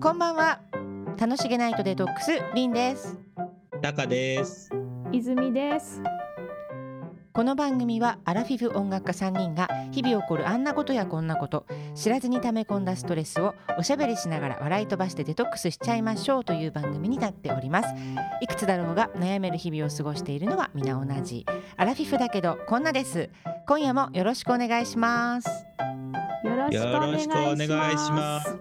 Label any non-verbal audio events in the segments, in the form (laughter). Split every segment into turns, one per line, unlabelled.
こんばんは。楽しげナイトデトックスリンです。
タカです。
泉です。
この番組はアラフィフ音楽家3人が日々起こるあんなことやこんなこと知らずに溜め込んだストレスをおしゃべりしながら笑い飛ばしてデトックスしちゃいましょうという番組になっておりますいくつだろうが悩める日々を過ごしているのは皆同じアラフィフだけどこんなです今夜もよろしくお願いします
よろしくお願いし
よろ
ます。
しくお願いします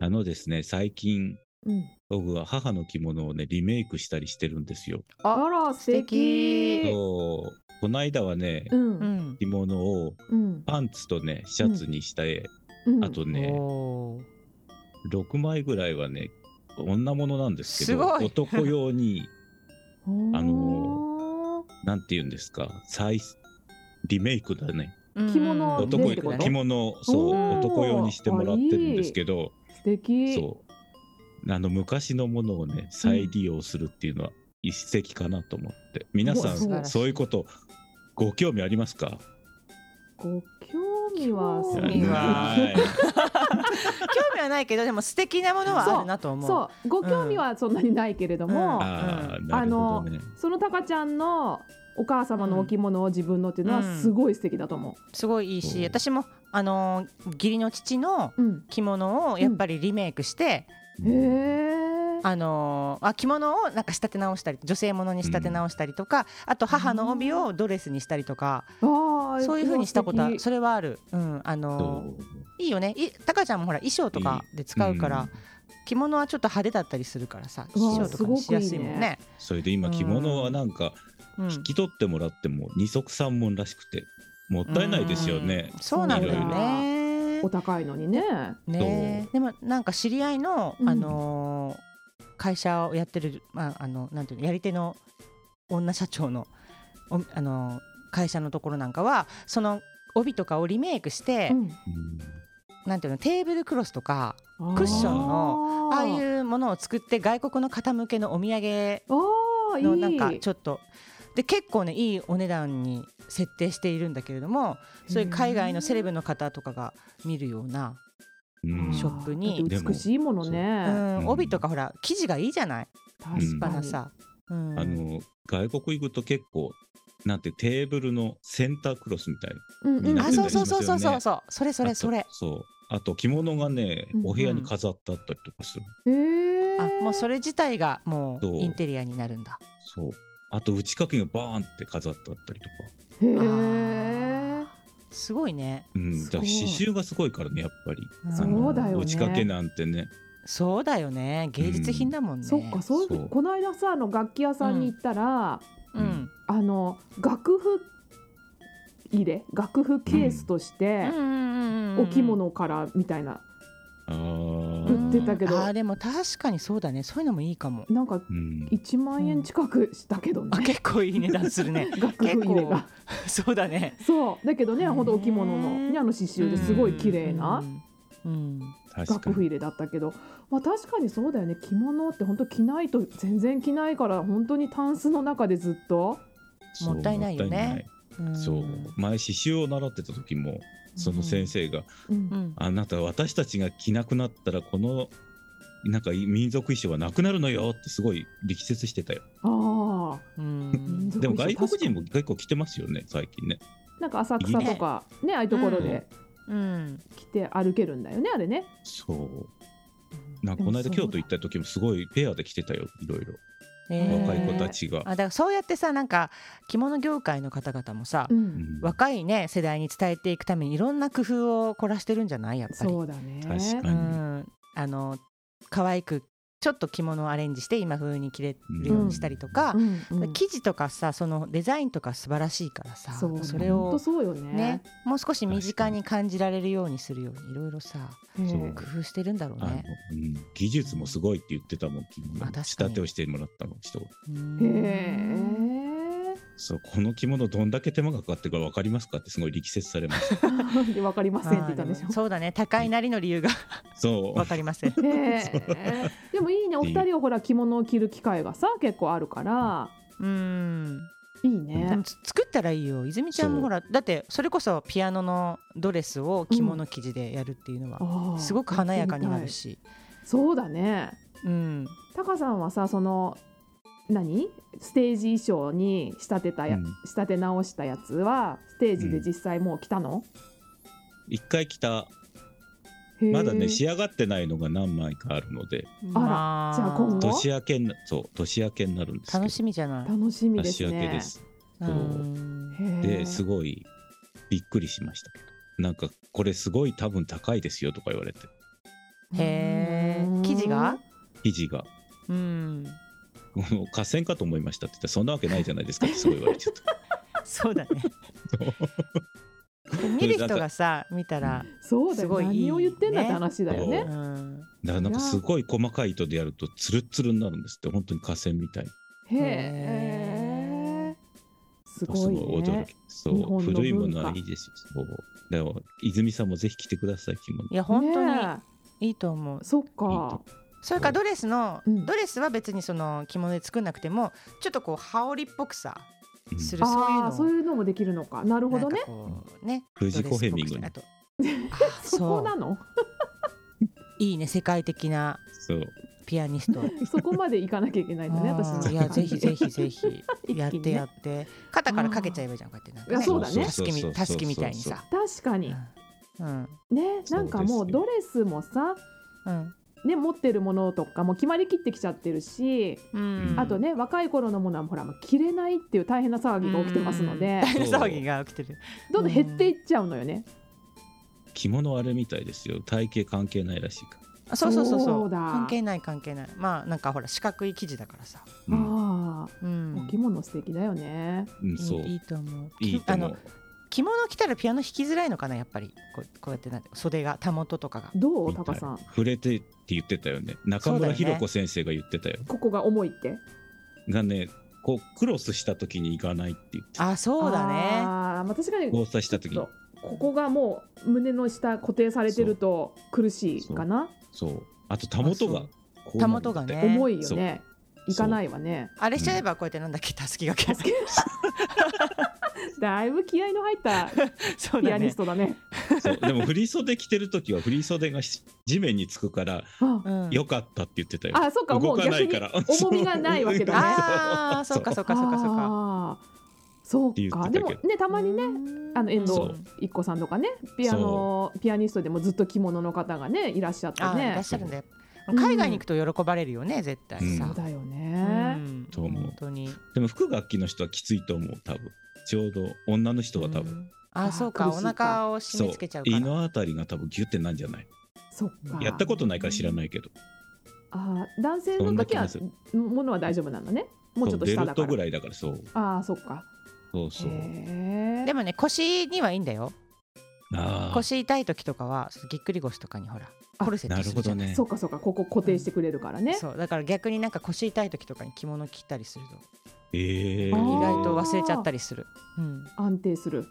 あのですね、最近
うん、
僕は母の着物をね、リメイクしたりしてるんですよ。
あら素敵。
そうこの間はね、
う
うんん
着物を
うん
パンツとね、シャツにして、
うん。
あとね、
おー
6枚ぐらいはね、女物なんですけど、
すごい
男用
(laughs)
に、
あ
あのなんて言うんですか、再リメイクだね。
着物を
うん
リメ
男
イクだね
着物を、そう、
おー
男用にしてもらってるんですけど、
素敵。
そう。あの昔のものをね、再利用するっていうのは一石かなと思って。皆さ
うわ素晴ら
ん、
しい
そういうこと、ご興味ありますか
ご興味は
興
そ
味
う
は
ない
興味はないけどでも素敵なものはあるなと思う
そうご興味はそんなにないけれど
う
も、
ん
あーなるほどね。
そのタカちゃんのお母様のお着物を自分のっていうのは
うん
すごい素敵だと思
すごいいいし
そう
私もあのー義理の父の
う。うん。
着物をやっぱりリメイクして、
へえ。
あのーあ着物をなんか仕立て直したり女性ものに仕立て直したりとか、あと母の帯をドレスにしたりとか、
ああ。
そういう風にしたことは
素敵
それはある、うんあのー
そう
いいよねいタカちゃんもほら衣装とかで使うから、
うん
着物はちょっと派手だったりするからさ
うわ
衣装とかにしやすいもんね。
それで今、着物はなんか、
うん
引き取ってもらっても二足三門らしくて、もったいないですよね
うん。そうなんだよね
お。高いのにね。
ねえでもなんか知り合いの、
うん
あのー会社をやってる、まあ、あのなんていうのやり手の女社長のおあのー会社のところなんかはその帯とかをリメイクして、
うん
うん
なんていうのテーブルクロスとかクッションのああい
あ
うものを作って外国の方向けのお土産
ーあーいい。
のなんかちょっとで結構ねいいお値段に設定しているんだけれどもそういう海外のセレブの方とかが見るような、
うん
ショップに
だって美しいもの
う
ね
ん、帯とかほら生地がいいじゃない立
確か
派な
に
さ。うん
あの外国行くと結構なんてテーブルのセンタークロスみたいな
うんうん
にな
あ
ってた
そ
り
う
し
そ
ま
う
す
そう
よ
そうそ
ね
うそうそれそ
あ
れ
と
それ
そうあと着物がね
うん
お部屋に飾ってあったりとかする、
へえ
あもうそれ自体がもう
そう
インテリアになるんだ
そうあと打ち掛けがバーンって飾ってあったりとか、
へ
あ
え
ーすごいね
うん、だから
そう
刺繍がすごいからねやっぱり
うん
あの
そうだよね
打ち掛けなんてね
そうだよね芸術品だもんね、
そっかそういう
そう
この間さあの楽器屋さんに行ったら
うん
あの楽譜入れ楽譜ケースとしてお着物からみたの
あ
売
ー、
ってたけど
あーでも確かにそうだねそういうのもいいかも
なんか
うん、
1万円近くしたけど
あ
ね
結構いい値段する
(laughs)
ね
楽譜入れが
そうだね
そうだけどねほんとお着物
ね
のねあの刺繍ですごい綺麗な
うん、うん
確か
楽譜
に
入れだったけど、まあ、確かにそうだよね着物って本当着ないと全然着ないから本当にタンスの中でずっと
そう
もったいないよね
もったいないそう前刺繍を習ってた時もその先生が、
うん
うん
あなた私たちが着なくなったらこのなんか民族衣装はなくなるのよってすごい力説してたよ
あ
う
あ
ん、
でも外国人
も
も結構着てますよね最近ね
なんか浅草とかねああいうところで
うん
着て歩けるんだよねあれね
そうなんかこの間
でもそうだ
京都行った時もすごいペアで着てたよいろいろ
ねえ
若い子たちが
あ、だからそうやってさなんか着物業界の方々もさ、
うん
うん
若いね世代に伝えていくためにいろんな工夫を凝らしてるんじゃないやっぱり
そうだね
確か
う
に
ん、あの可愛くちょっと着物をアレンジして今風に着れるようにしたりとか、
うんうん
生地とかさそのデザインとか素晴らしいからさ
そう
れ
ほん
を
と、そうよね
ね、もう少し身近に感じられるようにするようにいろいろさ
ね
そう
工夫してるんだろう
あの、
ね。
うん、技術もすごいって言ってたもん着
あ確
物
かに
仕立てをしてもらったの人が
うん
へえ
そうこの着物どんだけ手間がかかってるか分かりますかってすごい力説されま
(laughs)
した
で (laughs) わかりませんって言ったんでし
あー
ょ
もそうだね高いなりの理由が
そう
わかりま (laughs) せん。
へえでもいいねお二人はほら着物を着る機会がさ結構あるから
うん
いい
で
ね
も。つ作ったらいいよ泉ちゃん
そ
も
う
ほらだってそれこそピアノのドレスを着物生地でやるっていうのは、
あー
すごく華やかになる。し、
そうだね。
うん、
タカさんはさその何ステージ衣装に仕立てたや、
うん
仕立て直したやつはステージで実際もう着たの、
一回着た
へー
まだね仕上がってないのが何枚かあるので
あら
ま
じゃあ今後
年明けになそう年明けになるんですけど
楽しみじゃない
楽しみです
年明け
ね
で。す
う
そうん
へー
ですごいびっくりしましたけどなんかこれすごい多分高いですよとか言われて
へ
う
ー
ん
生地が
生地が
うん
もう合戦かと思いましたって言ったらそんなわけないじゃないですかってすごい言われちゃった (laughs)
そう
(laughs)
だね見る人がさ (laughs) 見たら、
そうだ
す
よ
ごいいい
何を言ってんだって話だよ
う
え
ね。
ん、
だからなんかすごい細かい糸でやるとツルッツルになるんですって本当に河川みたい
へ
へ
え。す
す
ごい
ごい驚
ね
き。そう
日本の文化
古いものはいいですよそうでも泉さんもぜひ来てください着物
いや本当
ね
にいいと思う
えそっ
いい
か
と。
それからドレスの、
うん
ドレスは別にその着物で作んなくてもちょっとこう羽織っぽくさ
うん
するそういう
あ
の
あそういうのもできるのか。なるほどね。
なんかこうね
フジコヘミン
ド
グ
レ
の
スっぽく
(laughs)
したあとあ
そこ
そ
なの。
ういいね世界的な
そう
ピアニ
(laughs)
スト
そこまで行かなきゃいけないんだね。私
う
の。
んいやぜひぜ。ひぜ
(laughs)
ひやってや
っ
って、肩からかけちゃえばいいじゃんこうやってなんか、
いやそうだね
たすきみたすきみたいにさ、
確か
う
に。
んうん
ね、なんかもうドレスもさ、
うん
ね、持ってるものとかも決まりきってきちゃってるし、
うん
うん
あとね若い頃のものはほらもう着れないっていう大変な騒ぎが起きてますので、
大変な騒ぎが起きてる
どんどん減っていっちゃうのよね。
着物あれみたいですよ体型関係ないらしいか
あそうそうそうそ
そううだ
関係ない関係ないまあなんかほら四角い生地だからさ、
ら、うん
あ
う
あ、
ん
お、着物素敵だよね。
うん、そう
いいいいと思う
いいと
あ
思
の
う
着物着たらピアノ弾きづらいのかなやっぱりこうこうやってなんて袖がたもととかが
どう
みた
タ
い
カさん
触れてって言ってたよね中
そうだよ
村
ね
ひろ子先生が言ってたよ
ここが重いって。
がねこうクロスした時に行かないって言って
あそうだね
ああ、まあ確かに。
交差した時
ちょ
に
っとここがもう胸の下固定されてると苦しいかな。
そうあとたもとが
あ
こうな
た
るんだ
もと
っ
が
て
ねそう
重いよね。いかないわね。
あれしちゃえばこうやってなんだっけたすきが
(laughs)
け
だいぶ気合いの入った
そう
ピ
だ
アニ
ね
ストだね。
そうでも振り袖着てる時は振り袖がし地面につくから
あ
うん
よかったって言ってたよ、
あそうかもう
動かな
逆
い
に
から
重みがないわけだね。
(laughs)
あーそうかそうかそうかそうか
あーそう
って言って
か
た
で
けど
もねたまにねあの遠
そ
藤
う
一子さんとかねピアノピアニストでもずっと着物の方がねいらっしゃって
あーいらっ
ね
しゃるんだよ
うん
海外に行くと喜ばれるよね絶対
ゃ
さ
そうだよ
う
ね、
ん
と思う
本当に
でも副楽器の人はきついと思う多分ちょうど女の人は多分、
うんあそうか
あ
お
苦しいか
腹を締
そ
め
う
付けちゃうか
胃
ら
のあたりが多分ギュってなんじゃない
そっか
やったことないから知らないけど
あー男性の時は
そんな
ものは大丈夫なんだねもうちょっと
そう
下
ベ
だ
ルト
か
ぐ
ら
らいだからそう
ああそっか
そうそう
へ
で
え
もね腰にはいいんだよ
ああ
腰痛い時とかはそのぎっくり腰とかにほら
あ
コルセッ
な
ト
る
す
ほ
るじ
ど
ゃない
ね
そっかそっかここ固定してくれるからね、
そうだから逆になんか腰痛い時とかに着物着たりすると
ええ
あー
意外と忘れちゃったりする、うん、
安定する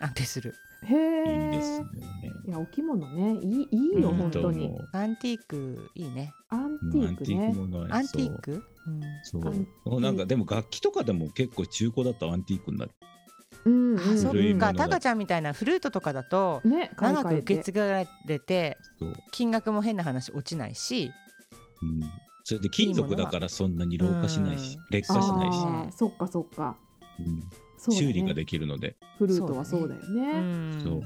安定する
へえ
いいですね
いやお着物ねいいいいよ、
うん
本当
いい
に
と思う
アンティークいいね
アンティークね
ものは
アンティークうん
そう
アンティー
そうなんかでも楽器とかでも結構中古だとアンティークになる
うん、
あそ
古い
っ
もの
か
だ
タカちゃんみたいなフルートとかだと
ね買い
長く
替え
受
て
け継がれて
そう、
金額も変な話落ちないし
うん、それで金属だからそんなに老化しないし
うん
劣
あ
化
ー
しないし、
あーそっかそっか
うん
そうだね
修理ができるので
フルートはそうだよね
うん
そう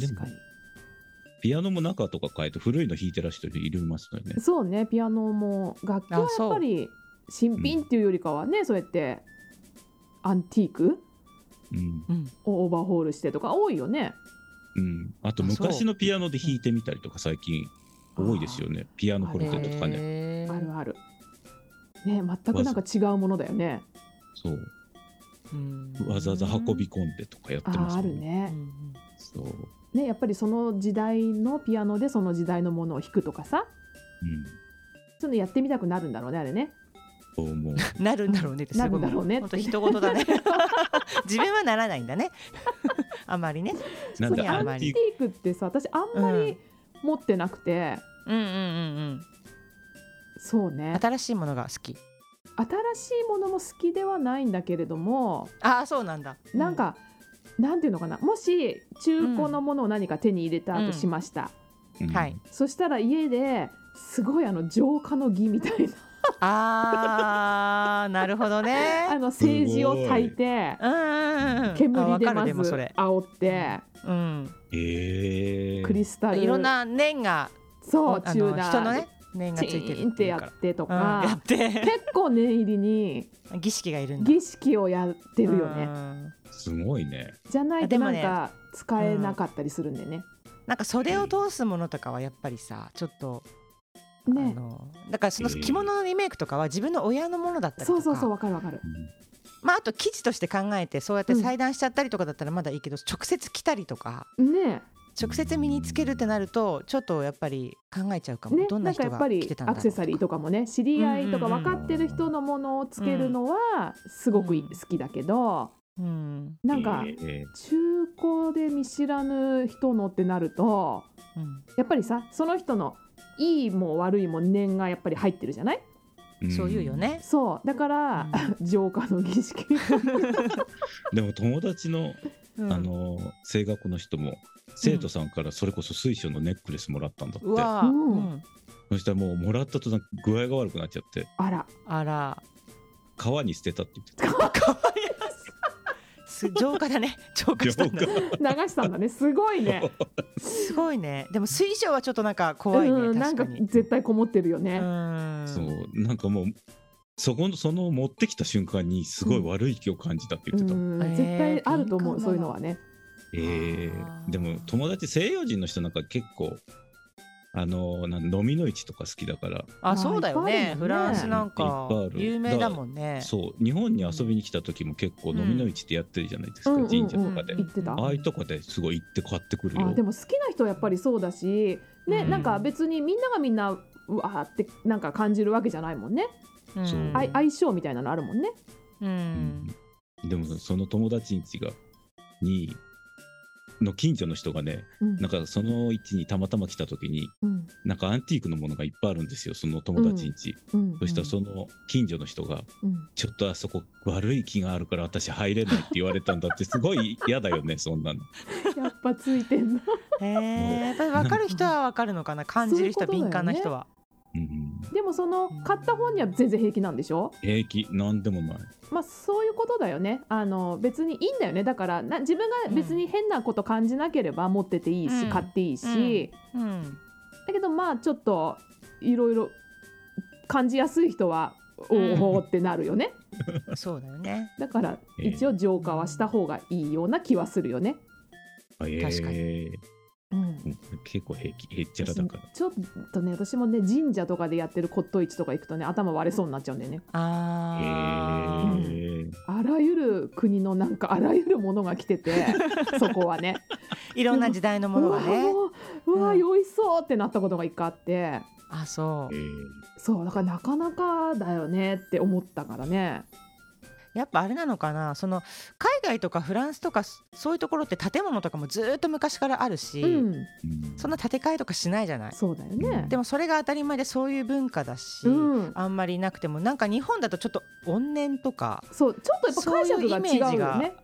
確か
ピアノも中とか変えて古いの弾いてらっしゃる人いるますのよね
にそうねピアノも楽器はや
あそう
っぱり新品っていうよりかはねそうやってアンティーク
うん
うん
をオーバーホールしてとか多いよね
うん、あと
あそう
昔のピアノで弾いてみたりとか最近多いですよねピアノコルテットとかね
へー
あるあるね全くなんか違うものだよね
そう
うん
わざわざ運び込んでとかやって
あ
ます
ーある
うんう
ね
ん
そう、うん、
ねやっぱりその時代のピアノでその時代のものを弾くとかさそういうのやってみたくなるんだろうねあれね
そう思う
なるんだろうねってすごい
なるんだろうね
本当人事だね (laughs) 自分はならないんだね (laughs) あまりね
なん
い
で
や
ア
ア
ン
ン
テ
テ
ィー
ィー
ク
クってさ私あんまり持ってなくて、
うんうんうんうん
そうね
新しいものが好き
しいものも好きではないんだけれども
ああそうなんだ
なん、か、なんていうのかなもし中古のものを何か手に入れたとしました、
うん
はい。
そしたら家ですごいあの浄化の儀みたいな
ああなるほど (laughs)
あ
ね
の政治を焚いて
うんうんうんうんあ
煙
わ
で
かる
まず
でもそれ
煽って
うん
ええ
クリスタル
いろんな念が
そう
あ
チュ
の
ーダー
人のね念がつ
チ
いて
ー
る
ンってやってと
うんや
か
っ、て
結構念入りに
儀式がいるんだ
儀式をやってるよ
う
ね
ん
すごいね。
じゃない
で
と
も
なん
ね
か使えなかったりするんでね。
なんか袖を通すものとかはやっぱりさちょっとあ
ね
のだからその
えー
着物のリメイクとかは自分の親のものだったりと
そ
か
うそうそうわかるわかる。
まああと生地として考えてそうやって裁断しちゃったりとかだったらまだいいけど、直接着たりとか
ね
直接身につけるってなるとちょっとやっぱり考えちゃうかも、
ね
どん
な
なん人
かやっ
が
ぱ
着て
り
たんだ
アクセサリーとかもね知り合いとか
うんうんうん
分かってる人のものをつけるのはすごくい
うん
好きだけど
うん
なんか
ええ
中古で見知らぬ人のってなると
うん
やっぱりさその人のいいも悪いも念がやっぱり入ってるじゃない
ん
そういうよ。ね、
そうだから、浄化の儀
(laughs)
式
でも友達の、
うん
あの声楽の人も生徒さんからそれこそ水晶のネックレスもらったんだって、
うわー、
うん
うん
そしたらもうもらったと具合が悪くなっちゃって
あら
あら
川に捨てたって言って
(laughs)
た
かわいいす浄化だね浄化したんだね
流したんだねすごいね
すごいねでも水晶はちょっとなんか怖いね、
うんな
確
ん
か
か
に
絶対こもってるよね、
うん
そうなんかもうそこのその持ってきた瞬間にすごい悪い気を感じたって言ってた、
うん
えー
絶対あると思う、
敏感だな
そういうのはね。
えーでも友達西洋人の人なんか結構あのなん飲みの市とか好きだから、
あそうだよね
いっぱいあるもんね
フランスなんか
いっぱいある
有名だもんね
そう日本に遊びに来た時も結構飲みの市ってやってるじゃないですか、
うんうん
神社とかで、
うん
言ってた。
うん
ああいうとこですごい行って買ってくるよ
あでも好きな人はやっぱりそうだし、ね、
うん
なんか別にみんながみんなうわーってなんか感じるわけじゃないもんね。
ん
そう
あい相性みたいなのあるもんね。
う
うんんでもその友達ん家がにの近所の人がね
うん
なんかその家にたまたま来た時に
うん
なんかアンティークのものがいっぱいあるんですよその友達ん家、
うん
そしたらその近所の人が
うん
(laughs)
「ちょっとあそこ悪い気があるから私入れない」って言われたんだってすごい嫌だよねそんなの。
やっぱついてんな
えー、やっぱり分かる人は分かるのかな感じる人
そういう
敏
ことだよ
感
ね
な人は
うんうん、
でもその買った本には全然平気なんでしょ
平気なんでもない。
まあそういうことだよねあの別にいいんだよねだからな自分が別に変なこと感じなければ持ってていいし、
うん
買っていいし、
うん
だけどまあちょっといろいろ感じやすい人は
うん
おおってなるよね、
そうだよね
だから
ええ
一応浄化はした方がいいような気はするよね、
確
確か
うん、
結構平気へっちゃらだから。
ちょっとね私もね神社とかでやってる骨董市とか行くとね頭割れそうになっちゃうんだよね
あ
へ
ー
ー
あらゆる国のなんかあらゆるものが来てて
(laughs)
そこはね
いろんな時代のものがね
うわもううわ
うん
酔いそうってなったことが一回あって
あそ
え
う
ー
そうだからなかなかだよねって思ったからね
やっぱあれなのかなその海外とかフランスとかそそういうところって建物とかもずーっと昔からあるし、
うん
うん
そんな建て替えとかしないじゃない
そうだよね
でもそれが当たり前でそういう文化だし、
うん
あんまりなくてもなんか日本だとちょっと怨念とか
そうちょっとやっぱ解釈が違うよね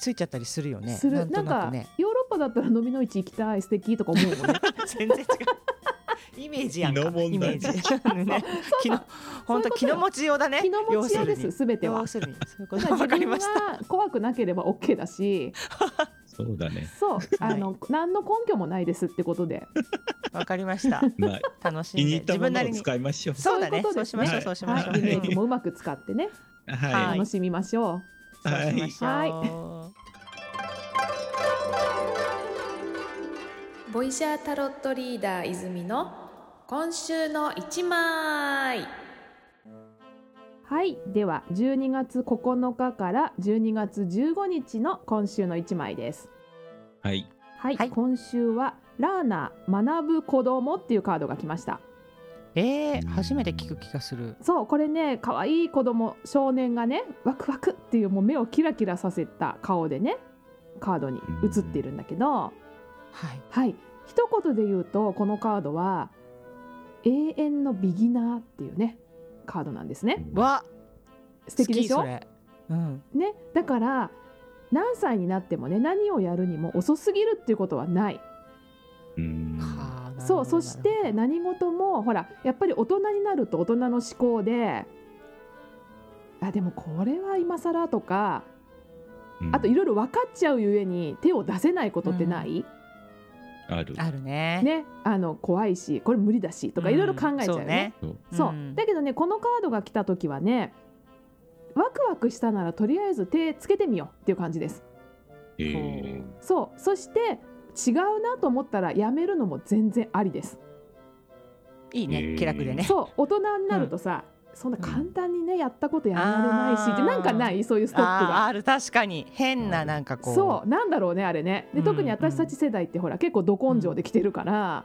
ついちゃったりするよね
す
な
る
ん
な
と
ん
な
か
くね
ヨーロッパだったら飲みの市行きたい素敵とか思
(laughs)
うもんね
全然違うイメージやんか
(laughs) 気の問
イメ
題
ージね気の
そういうことよ
本当気の持ちようだね
気の持ちようですすべては
要。するに要するにそういうこ
だ
と
から
わか
(laughs) 自
り
分
ました
が怖くなければ OK だし
そうだね。
そうあの何の根拠もないですってことで
わかりました
まあ
楽し
気
ん
に
で
入った
自
も
分
の
な
を
りに
使いましょ
そうだね
そういうこと
そう
です
し
ね
ましょうそうしま
は
しょう
いイメージもうまく使ってね
う。はい
楽しみましょ
い。は
そうし
い
ま。しょ
ボイシャータロットリーダー泉の今週の一枚
うはいでは12月9日から12月15日の今週の一枚です
はい。
はい、
はい
今週はラーナ学ぶ子供っていうカードが来ました
うえー、初めて聞く気がする
そうこれね可愛い子供少年がねワクワクっていうもう目をキラキラさせた顔でねカードに映っているんだけど、
はい
はい一言で言うとこのカードは永遠のビギナーっていうねカードなんですね。
わ
素敵でし
好きそ
ょ
れうん
ね、だから何歳になってもね何をやるにも遅すぎるっていうことはない
うん
はあ
そうそし、
な
て
る
何事もほらやっぱり大人になると大人の思考であでもこれは今更とかあといろいろ分かっちゃうゆえに手を出せないことってない、
ある
ほどあるね
ねあの怖いしこれ無理だしとかいろいろ考えちゃうよね。
そう
そう
うん
だけどねこのカードが来た時はねワクワクしたならとりあえず手つけてみようっていう感じです。
え
そうね
ー
そうそして違うなと思ったらやめるのも全然ありです。
いいね気楽でね
そう大人になるとさ、そんな簡単にねやったことやめられないし
あー
ってなんかないそういうストップ
あー
が。
ある確かに変ななんかこう
そうなんだろうねあれねで特に私たち世代ってほら結構ど根性できてるから、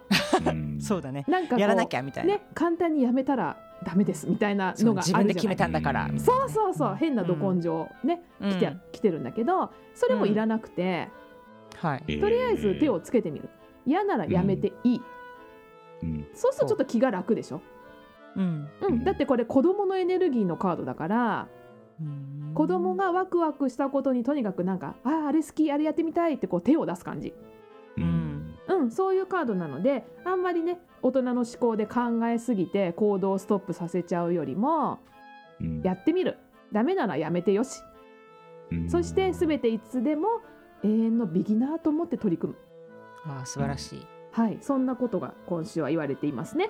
ん
そうだね
なんかこう
やらなきゃみたいな、
ね簡単にやめたらダメですみたいな
そう
のがある
自
じゃな
分で
い
決めたんだから
うん
そうそうそう変など根性ね、
うん
来て来てるんだけどそれもいらなくて、
はい
えー
とりあえず手をつけてみる嫌ならやめていい、
うん
そうするとちょっと気が楽でしょ、
うん
う
うん
ん、だってこれ子どものエネルギーのカードだから
うん
子どもがワクワクしたことにとにかくなんかあーあれ好きあれやってみたいってこう手を出す感じ、
うん
うん、そういうカードなのであんまりね大人の思考で考えすぎて行動をストップさせちゃうよりも
うん
やってみるダメならやめてよし
うん
そして全ていつでも永遠のビギナーと思って取り組む
あー素晴らしい、
はいそんなことが今週は言われていますね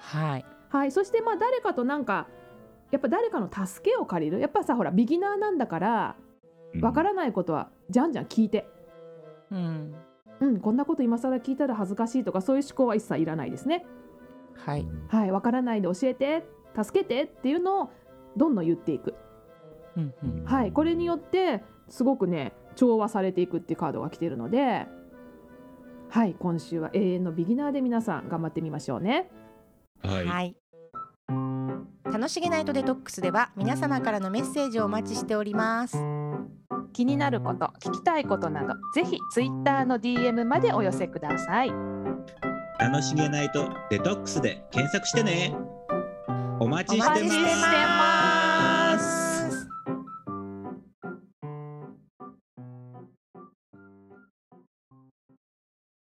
はい
はいそしてまあ誰かとなんかやっぱ誰かの助けを借りるやっぱさほらビギナーなんだからわからないことはじゃんじゃん聞いて
うん
うんこんなこと今更聞いたら恥ずかしいとかそういう思考は一切いらないですね
は
う
い、
ん
はいわからないで教えて助けてっていうのをどんどん言っていく
うんうん、
はいこれによってすごくね調和されていくっていうカードが来てるのではい今週は永遠のビギナーで皆さん頑張ってみましょうね
はい
はい。楽しげナイトデトックスでは皆様からのメッセージをお待ちしております。
気になること聞きたいことなどぜひツイッターの DM までお寄せください
楽しげないとデトックスで検索してねお待
お
ちして
待
ま
ちして
す
ます。